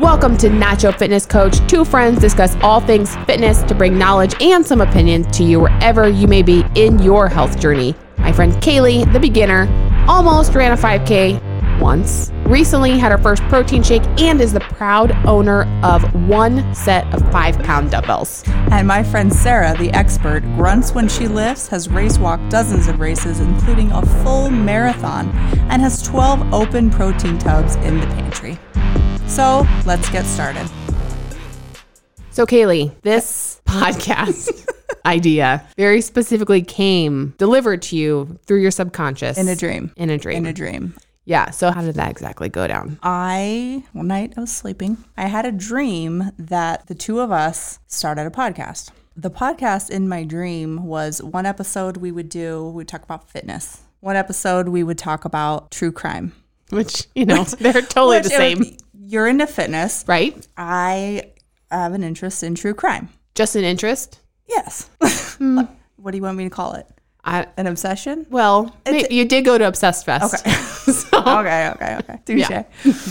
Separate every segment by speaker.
Speaker 1: Welcome to Not Your Fitness Coach. Two friends discuss all things fitness to bring knowledge and some opinions to you wherever you may be in your health journey. My friend Kaylee, the beginner, almost ran a 5K once, recently had her first protein shake, and is the proud owner of one set of five pound dumbbells.
Speaker 2: And my friend Sarah, the expert, grunts when she lifts, has race walked dozens of races, including a full marathon, and has 12 open protein tubs in the pantry. So let's get started.
Speaker 1: So, Kaylee, this podcast idea very specifically came delivered to you through your subconscious
Speaker 2: In a dream.
Speaker 1: In a dream.
Speaker 2: In a dream.
Speaker 1: yeah. So, how did that exactly go down?
Speaker 2: I, one night I was sleeping, I had a dream that the two of us started a podcast. The podcast in my dream was one episode we would do, we'd talk about fitness. One episode we would talk about true crime.
Speaker 1: Which you know they're totally the
Speaker 2: Which it
Speaker 1: same,
Speaker 2: would- You're into fitness.
Speaker 1: right?
Speaker 2: I have an interest in true crime.
Speaker 1: Just an interest.
Speaker 2: Yes. what do you want me to call it?
Speaker 1: I
Speaker 2: An obsession?
Speaker 1: well, may- you did go to Obsessed Fest.
Speaker 2: Okay. okay, okay, okay. Touche.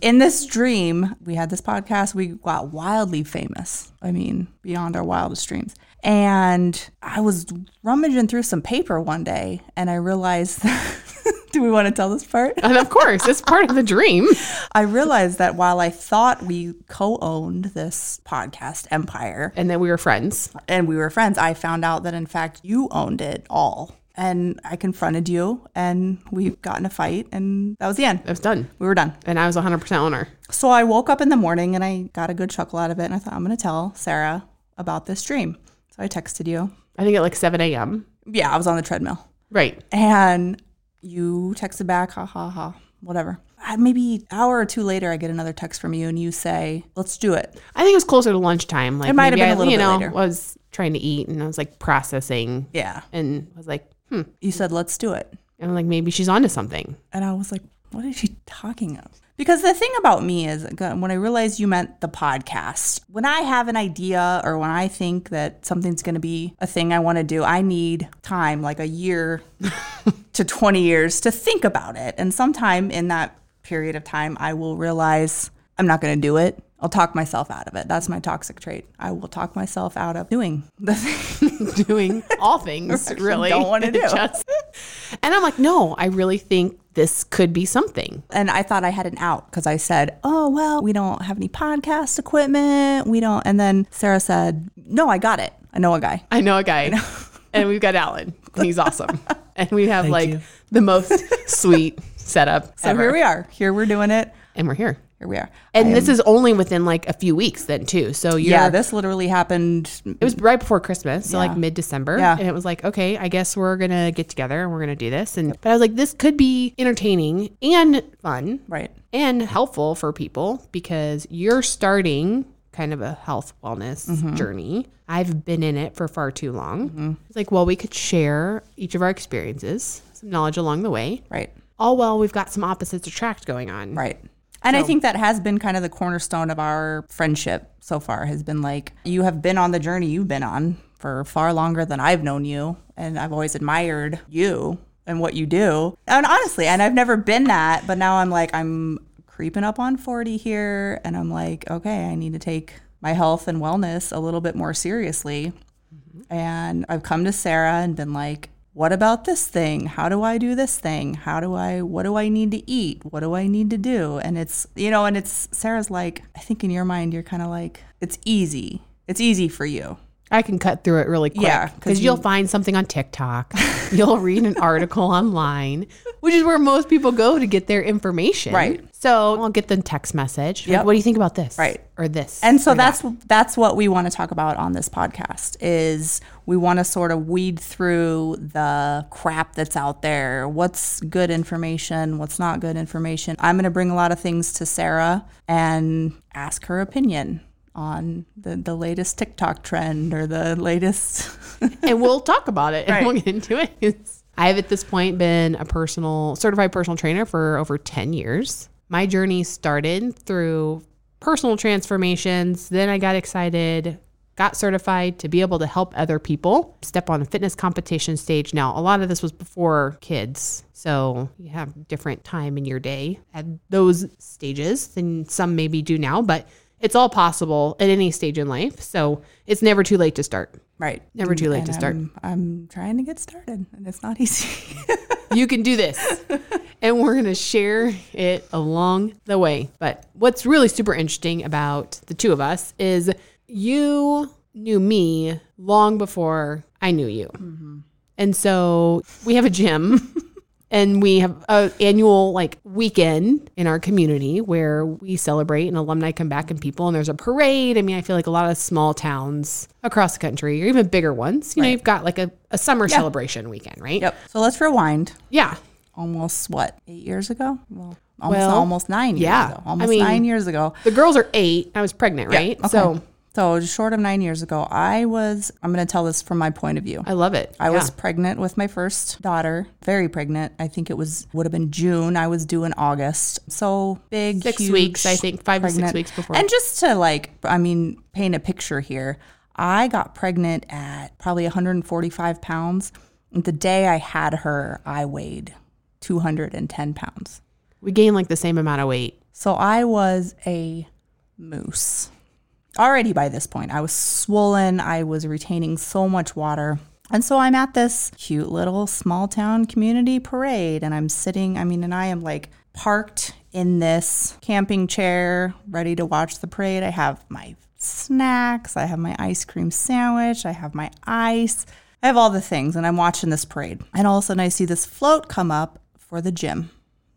Speaker 2: In this dream, we had this podcast. We got wildly famous. I mean, beyond our wildest dreams. And I was rummaging through some paper one day and I realized do we want to tell this part?
Speaker 1: And of course, it's part of the dream.
Speaker 2: I realized that while I thought we co owned this podcast empire,
Speaker 1: And then we were friends.
Speaker 2: and we were friends, I found out that in fact you owned it all. And I confronted you and we got in a fight and that was the
Speaker 1: It
Speaker 2: end.
Speaker 1: was done.
Speaker 2: We were done.
Speaker 1: And I was 100% owner.
Speaker 2: So I woke up in the morning and I got a good chuckle out of it and I thought I'm going to tell Sarah about this dream. So I texted you.
Speaker 1: I think at like 7 a.m.
Speaker 2: Yeah, I was on the treadmill.
Speaker 1: Right.
Speaker 2: And you texted back, ha ha ha, whatever. Uh, Maybe an hour or two later, I get another text from you and you say, let's do it.
Speaker 1: I think it was closer to lunchtime. Like
Speaker 2: It might have
Speaker 1: maybe
Speaker 2: been
Speaker 1: I,
Speaker 2: a little
Speaker 1: you
Speaker 2: bit
Speaker 1: know,
Speaker 2: later.
Speaker 1: was trying to eat and I was like processing
Speaker 2: Yeah.
Speaker 1: and was like, hmm.
Speaker 2: You said, let's do it.
Speaker 1: And like maybe she's onto something.
Speaker 2: And I was like, what is she talking of? Because the thing about me is g- when I realized you meant the podcast, when I have an idea or when I think that something's going to be a thing I want to do, I need time, like a year to 20 years to think about it. And sometime in that period of time, I will realize I'm not going to do it. I'll talk myself out of it. That's my toxic trait. I will talk myself out of doing the thing.
Speaker 1: doing all things really
Speaker 2: don't wanna do.
Speaker 1: Just- and i'm like no i really think this could be something
Speaker 2: and I thought I had an out because I said, "Oh well, we don't have any podcast equipment. We don't." And then Sarah said, "No, I got it. I know a guy."
Speaker 1: i know a guy and we've got alan and he's awesome and we have like the most sweet setup
Speaker 2: So
Speaker 1: ever
Speaker 2: here we are. Here we're doing it.
Speaker 1: and we're here
Speaker 2: Here we are.
Speaker 1: and this is only within like a few weeks then too so you're,
Speaker 2: yeah, this literally happened.
Speaker 1: it was right before christmas so
Speaker 2: Yeah.
Speaker 1: like mid-december
Speaker 2: Yeah.
Speaker 1: and it was like okay i guess we're gonna get together and we're gonna do this and but i was like this could be entertaining and fun
Speaker 2: Right.
Speaker 1: and helpful for people because you're starting kind of a health wellness
Speaker 2: Mm-hmm.
Speaker 1: journey. I've been in it for far too long. It's like, well, we could share each of our experiences, some knowledge along the way.
Speaker 2: Right.
Speaker 1: All well, we've got some opposites attract going on.
Speaker 2: Right. And I think that has been kind of the cornerstone of our friendship so far has been like you have been on the journey you've been on for far longer than I've known you and I've always admired you and what you do. And honestly, and I've never been that, but now I'm like I'm creeping up on 40 here and I'm like okay, I need to take my health and wellness a little bit more seriously. And I've come to Sarah and been like, what about this thing? How do I do this thing? How do I, what do I need to eat? What do I need to do? And it's, you know, and it's, Sarah's like, I think in your mind, you're kind of like, it's easy. It's easy for you.
Speaker 1: I can cut through it really quick.
Speaker 2: Yeah, 'cause
Speaker 1: Because you'll find something on TikTok. you'll read an article online, which is where most people go to get their information.
Speaker 2: Right.
Speaker 1: So I'll get the text message. Like,
Speaker 2: Yep.
Speaker 1: what do you think about this?
Speaker 2: Right.
Speaker 1: Or this.
Speaker 2: And so that's that's what we want to talk about on this podcast is we want to sort of weed through the crap that's out there. What's good information, what's not good information. I'm going to bring a lot of things to Sarah and ask her opinion on the, the latest TikTok trend or the latest
Speaker 1: and we'll talk about it and
Speaker 2: Right.
Speaker 1: we'll get into it. I've at this point been a personal certified personal trainer for over 10 years. My journey started through personal transformations, then I got excited got certified to be able to help other people step on the fitness competition stage. Now, a lot of this was before kids. So you have different time in your day at those stages than some maybe do now, but it's all possible at any stage in life. So it's never too late to start.
Speaker 2: Right.
Speaker 1: Never too late to
Speaker 2: And
Speaker 1: start.
Speaker 2: I'm, I'm trying to get started, and it's not easy.
Speaker 1: you can do this. And we're going to share it along the way. But what's really super interesting about the two of us is you knew me long before I knew you. And so we have a gym and we have a annual like weekend in our community where we celebrate and alumni come back and people and there's a parade. I mean, I feel like a lot of small towns across the country or even bigger ones, you know, you've got like a, a summer celebration weekend, right?
Speaker 2: yep. So let's rewind.
Speaker 1: Yeah.
Speaker 2: Almost what? Eight years ago? Well, almost
Speaker 1: Well,
Speaker 2: almost nine years
Speaker 1: yeah.
Speaker 2: ago.
Speaker 1: I
Speaker 2: Almost
Speaker 1: mean-
Speaker 2: nine years ago.
Speaker 1: The girls are eight. I was pregnant, right?
Speaker 2: Okay.
Speaker 1: So
Speaker 2: so just short of nine years ago, I was. I'm going to tell this from my point of view.
Speaker 1: I love it.
Speaker 2: I
Speaker 1: Yeah.
Speaker 2: was pregnant with my first daughter, very pregnant. I think it was would have been June. I was due in August. So big,
Speaker 1: Six
Speaker 2: huge
Speaker 1: weeks, I think, five to six
Speaker 2: pregnant-
Speaker 1: weeks before.
Speaker 2: And just to like, I mean, paint a picture here. I got pregnant at probably 145 pounds. The day I had her, I weighed 210 pounds.
Speaker 1: we gained like the same amount of weight.
Speaker 2: So I was a moose. Already by this point, I was swollen. I was retaining so much water. And so I'm at this cute little small town community parade and I'm sitting, I mean, and I am like parked in this camping chair, ready to watch the parade. I have my snacks, I have my ice cream sandwich, I have my ice, I have all the things, and I'm watching this parade. And all of a sudden, I see this float come up for the gym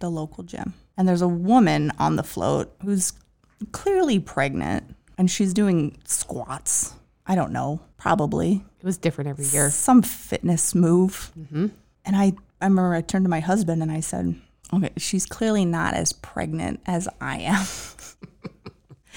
Speaker 2: the local gym. And there's a woman on the float who's clearly pregnant and she's doing squats. I don't know, probably
Speaker 1: It was different every year.
Speaker 2: some fitness move.
Speaker 1: Mm-hmm.
Speaker 2: And I, I remember I turned to my husband and I said, okay, she's clearly not as pregnant as I am.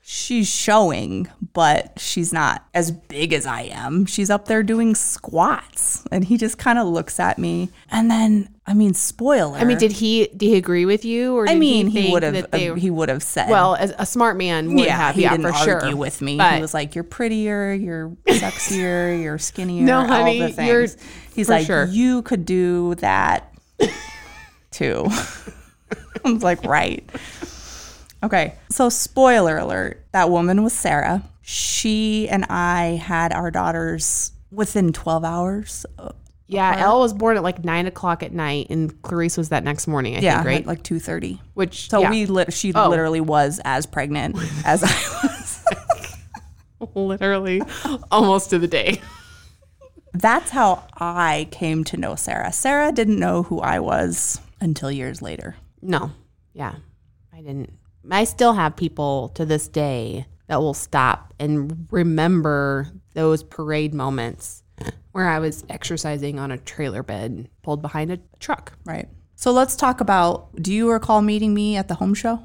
Speaker 2: she's showing, but she's not as big as I am. She's up there doing squats. And he just kind of looks at me. And then, I mean, spoiler.
Speaker 1: I mean, did he did he agree with you, or did
Speaker 2: I mean, he,
Speaker 1: think
Speaker 2: would have. uh,
Speaker 1: that they-
Speaker 2: he would have said,
Speaker 1: well, as a smart man would have,
Speaker 2: he
Speaker 1: yeah,
Speaker 2: didn't
Speaker 1: for
Speaker 2: argue
Speaker 1: sure.
Speaker 2: with me.
Speaker 1: But
Speaker 2: he was like, "You're prettier, you're sexier, you're skinnier."
Speaker 1: No,
Speaker 2: all
Speaker 1: honey,
Speaker 2: the things.
Speaker 1: you're-
Speaker 2: He's
Speaker 1: for
Speaker 2: like,
Speaker 1: sure.
Speaker 2: "You could do that too." I was like, "Right." Okay, so spoiler alert: that woman was Sarah. She and I had our daughters within 12 hours. uh,
Speaker 1: yeah, Elle was born at like nine o'clock at night, and Clarice was that next morning. I
Speaker 2: Yeah,
Speaker 1: think, right?
Speaker 2: like, like 2:30.
Speaker 1: Which
Speaker 2: So
Speaker 1: yeah, Oh.
Speaker 2: we, lit she literally was as pregnant as I was.
Speaker 1: literally almost to the day.
Speaker 2: that's how I came to know Sarah. Sarah didn't know who I was until years later.
Speaker 1: No, yeah, I didn't. I still have people to this day that will stop and remember those parade moments where I was exercising on a trailer bed pulled behind a truck.
Speaker 2: Right. So let's talk about do you recall meeting me at the home show?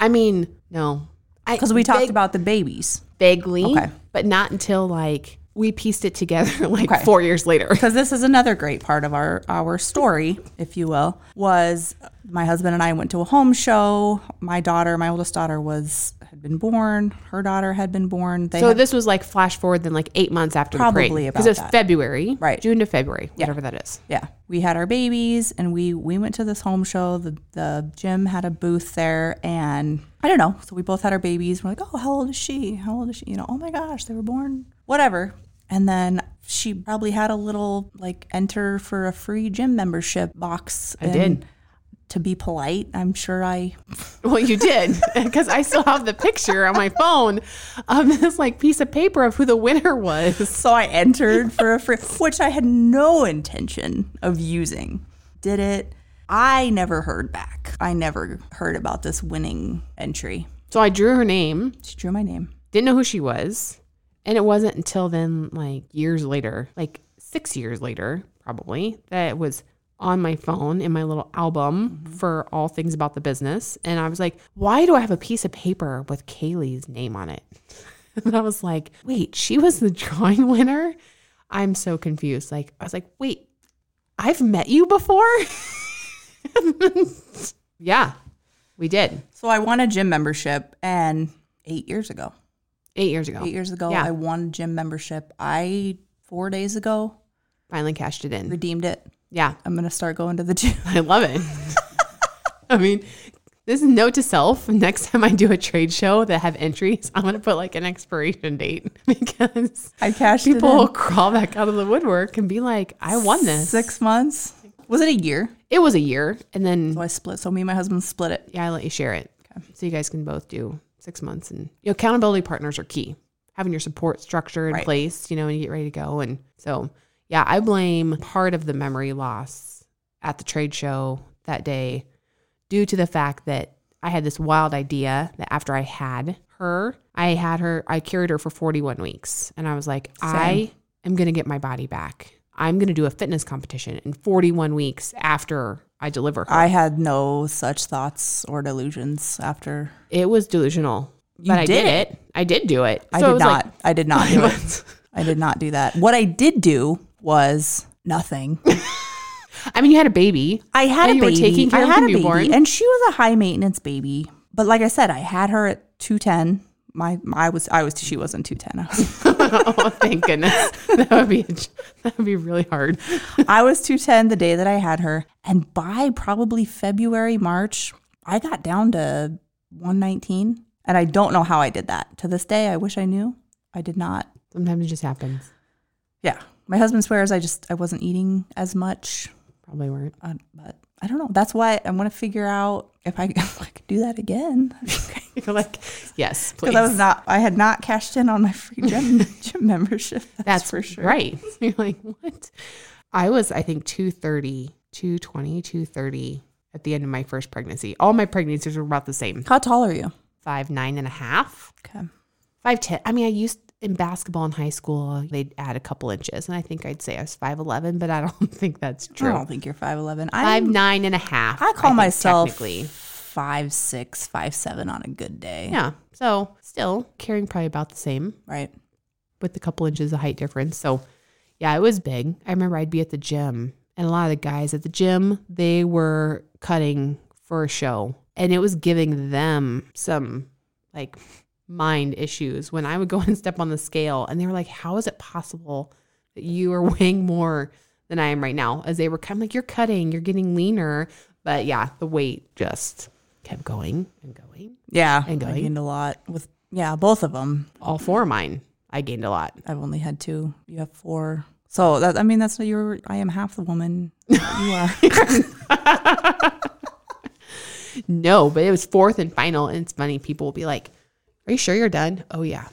Speaker 1: I mean, no,
Speaker 2: Because we talked about the babies.
Speaker 1: vaguely,
Speaker 2: Okay.
Speaker 1: but not until like we pieced it together like
Speaker 2: Okay.
Speaker 1: four years later.
Speaker 2: Because this is another great part of our, our story, if you will, was my husband and I went to a home show. My daughter, my oldest daughter was had been born. Her daughter had been born. They
Speaker 1: So
Speaker 2: had-
Speaker 1: this was like flash forward then like eight months after the
Speaker 2: Probably
Speaker 1: parade
Speaker 2: about
Speaker 1: because it was
Speaker 2: that.
Speaker 1: February,
Speaker 2: Right.
Speaker 1: June to February, whatever that is.
Speaker 2: Yeah, we had our babies, and we we went to this home show. The the gym had a booth there, and I don't know. So we both had our babies. We're like, oh, how old is she? How old is she? You know, oh my gosh, they were born. Whatever. And then she probably had a little like enter for a free gym membership box. I
Speaker 1: did.
Speaker 2: To be polite, I'm sure I
Speaker 1: Well, you did because I still have the picture on my phone of this like piece of paper of who the winner was.
Speaker 2: So I entered for a free, which I had no intention of using. Did it. I never heard back. I never heard about this winning entry.
Speaker 1: So I drew her name,
Speaker 2: She drew my name.
Speaker 1: didn't know who she was, and it wasn't until then like years later, like six years later probably, that it was on my phone in my little album for all things about the business. And I was like, why do I have a piece of paper with Kaylee's name on it? And I was like, wait, she was the drawing winner? I'm so confused. Like, I was like, wait, I've met you before? yeah, we did.
Speaker 2: So I won a gym membership and eight years ago.
Speaker 1: Eight years ago.
Speaker 2: Eight years ago,
Speaker 1: Yeah.
Speaker 2: I won gym membership. I four days ago
Speaker 1: Finally cashed it in.
Speaker 2: redeemed it.
Speaker 1: Yeah.
Speaker 2: I'm gonna start going to the gym.
Speaker 1: I love it. I mean, this is note to self. Next time I do a trade show that have entries, I'm gonna put like an expiration date because
Speaker 2: I cashed it
Speaker 1: people
Speaker 2: in.
Speaker 1: will crawl back out of the woodwork and be like, "I won this."
Speaker 2: Six months. Was it a year?
Speaker 1: It was a year, and then
Speaker 2: So I split. So me and my husband split it.
Speaker 1: yeah, I let you share it, so you guys can both do six months. And you know, accountability partners are key. Having your support structure in
Speaker 2: Right.
Speaker 1: place, you know, when you get ready to go, and so yeah, I blame part of the memory loss at the trade show that day due to the fact that I had this wild idea that after I had her, I had her, I carried her for 41 weeks. And I was like, I am going to get my body back. I'm going to do a fitness competition in 41 weeks after I deliver her.
Speaker 2: I had no such thoughts or delusions after.
Speaker 1: it was delusional.
Speaker 2: You
Speaker 1: but I did
Speaker 2: did
Speaker 1: it. I did do it.
Speaker 2: I
Speaker 1: So
Speaker 2: did
Speaker 1: was
Speaker 2: not. I did not do
Speaker 1: Like,
Speaker 2: it. I did not do that. What I did do was nothing.
Speaker 1: I mean, you had a baby.
Speaker 2: I had
Speaker 1: And
Speaker 2: a
Speaker 1: you were
Speaker 2: baby.
Speaker 1: taking care
Speaker 2: I
Speaker 1: of
Speaker 2: had
Speaker 1: the
Speaker 2: a
Speaker 1: newborn.
Speaker 2: baby, and she was a high maintenance baby. But like I said, I had her at two ten. My, my I was I was she wasn't two ten. I was,
Speaker 1: oh, thank goodness. That would be a, ch- that would be really hard.
Speaker 2: I was two ten the day that I had her, and by probably February March, I got down to one nineteen, and I don't know how I did that. To this day, I wish I knew. I did not.
Speaker 1: Sometimes it just happens.
Speaker 2: Yeah, my husband swears I just I wasn't eating as much,
Speaker 1: Probably weren't.
Speaker 2: uh, but I don't know. That's why I want to figure out if I, if I could do that again.
Speaker 1: You're like, yes, please.
Speaker 2: Because I was not, I had not cashed in on my free gym, gym membership. That's,
Speaker 1: That's
Speaker 2: for sure.
Speaker 1: Right. You're like, what? I was, I think, 230, 220, 230 at the end of my first pregnancy. All my pregnancies were about the same
Speaker 2: How tall are you?
Speaker 1: five, nine and a half,
Speaker 2: Okay.
Speaker 1: five, ten. I mean, I used in basketball in high school, they'd add a couple inches. And I think I'd say I was 5'11, but I don't think that's
Speaker 2: I
Speaker 1: true.
Speaker 2: don't think you're
Speaker 1: Five,
Speaker 2: 5'11. I'm,
Speaker 1: nine and a half.
Speaker 2: I call
Speaker 1: think,
Speaker 2: myself
Speaker 1: Technically.
Speaker 2: five six, five seven on a good day.
Speaker 1: Yeah. So still carrying probably about the same.
Speaker 2: Right.
Speaker 1: with a couple inches of height difference. So, yeah, it was big. I remember I'd be at the gym, and a lot of the guys at the gym, they were cutting for a show, and it was giving them some like mind issues when I would go and step on the scale, and they were like, How is it possible that you are weighing more than I am right now? As they were kind of like, You're cutting, you're getting leaner. But yeah, the weight just kept going and going.
Speaker 2: Yeah.
Speaker 1: And
Speaker 2: I
Speaker 1: going.
Speaker 2: gained a lot with, yeah, both of them.
Speaker 1: All four of mine, I gained a lot.
Speaker 2: I've only had two. You have four. So that, I mean, that's what you're, I am half the woman that you are.
Speaker 1: No, but it was fourth and final. And it's funny. People will be like, Are you sure you're done? Oh, yeah.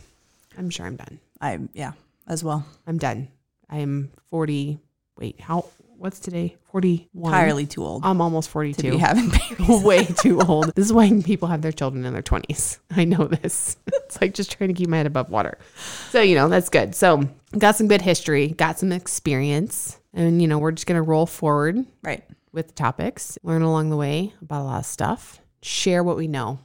Speaker 1: I'm sure I'm done.
Speaker 2: I, yeah, as well.
Speaker 1: I'm done. I'm 40. Wait, how? What's today? 41.
Speaker 2: Entirely too old
Speaker 1: I'm almost
Speaker 2: to be
Speaker 1: 42.
Speaker 2: having babies.
Speaker 1: Way too old. This is why people have their children in their 20s. I know this. It's like just trying to keep my head above water. So, you know, that's good. So, got some good history, got some experience. And, you know, we're just going to roll forward
Speaker 2: Right.
Speaker 1: with topics, learn along the way about a lot of stuff, share what we know.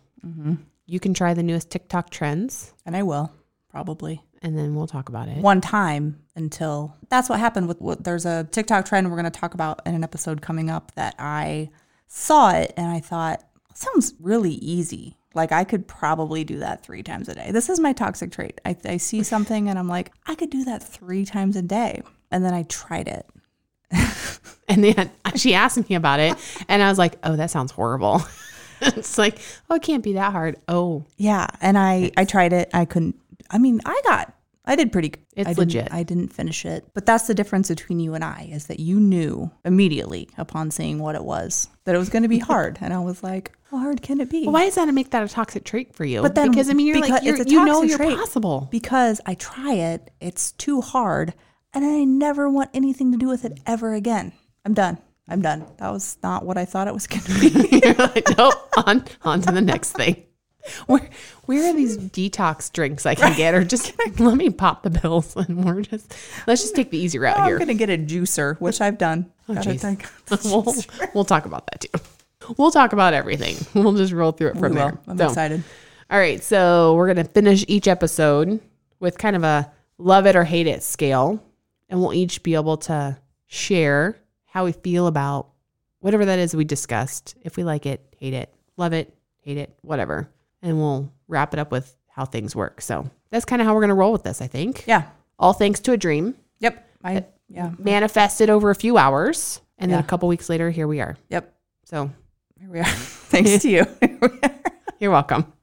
Speaker 1: You can try the newest TikTok trends
Speaker 2: And I will probably.
Speaker 1: and then we'll talk about it.
Speaker 2: one time until that's what happened with what there's a TikTok trend we're going to talk about in an episode coming up that I saw it and I thought sounds really easy. Like I could probably do that three times a day. This is my toxic trait. I, I see something and I'm like, I could do that three times a day. And then I tried it.
Speaker 1: And then she asked me about it and I was like, oh, that sounds horrible. it's like, oh, it can't be that hard. Oh,
Speaker 2: Yeah. And I, I tried it. I couldn't, I mean, I got, I did pretty good.
Speaker 1: It's
Speaker 2: I didn't-
Speaker 1: legit.
Speaker 2: I didn't finish it. But that's the difference between you and I is that you knew immediately upon seeing what it was that it was going to be hard. and I was like, how hard can it be?
Speaker 1: why does that make that a toxic trait for you?
Speaker 2: But then-
Speaker 1: because I mean, you're like,
Speaker 2: because
Speaker 1: you're,
Speaker 2: it's a
Speaker 1: you know,
Speaker 2: toxic
Speaker 1: you're
Speaker 2: trait.
Speaker 1: possible.
Speaker 2: Because I try it, it's too hard. And I never want anything to do with it ever again. I'm done. I'm done. That was not what I thought it was going to be.
Speaker 1: you're like, nope, on, on to the next thing. Where, where are these detox drinks I can get, or just let me pop the pills, and we're just let's just take the easy route
Speaker 2: I'm
Speaker 1: here.
Speaker 2: going to get a juicer, which I've done. Got a-
Speaker 1: Oh, jeez.
Speaker 2: I got the
Speaker 1: we'll,
Speaker 2: juicer.
Speaker 1: we'll talk about that too. We'll talk about everything. We'll just roll through it from
Speaker 2: We will.
Speaker 1: there.
Speaker 2: I'm
Speaker 1: So,
Speaker 2: excited.
Speaker 1: All right. So we're going to finish each episode with kind of a love it or hate it scale. And we'll each be able to share how we feel about whatever that is we discussed. If we like it, hate it, love it, hate it, whatever. And we'll wrap it up with how things work. So that's kind of how we're going to roll with this, I think.
Speaker 2: Yeah.
Speaker 1: All thanks to a dream
Speaker 2: Yep. I, yeah.
Speaker 1: manifested over a few hours. And then
Speaker 2: Yeah.
Speaker 1: a couple weeks later, here we are.
Speaker 2: Yep.
Speaker 1: So
Speaker 2: Here we are. Thanks to you. Here we are.
Speaker 1: you're welcome.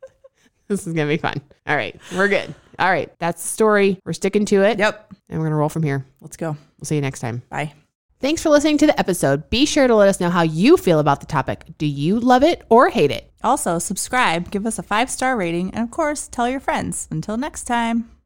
Speaker 1: This is going to be fun. All right. We're good. All right. That's the story. We're sticking to it.
Speaker 2: Yep.
Speaker 1: And we're going to roll from here.
Speaker 2: Let's go.
Speaker 1: We'll see you next time.
Speaker 2: Bye.
Speaker 1: Thanks for listening to the episode. Be sure to let us know how you feel about the topic. Do you love it or hate it?
Speaker 2: Also, subscribe, give us a five star rating, and of course, tell your friends. Until next time.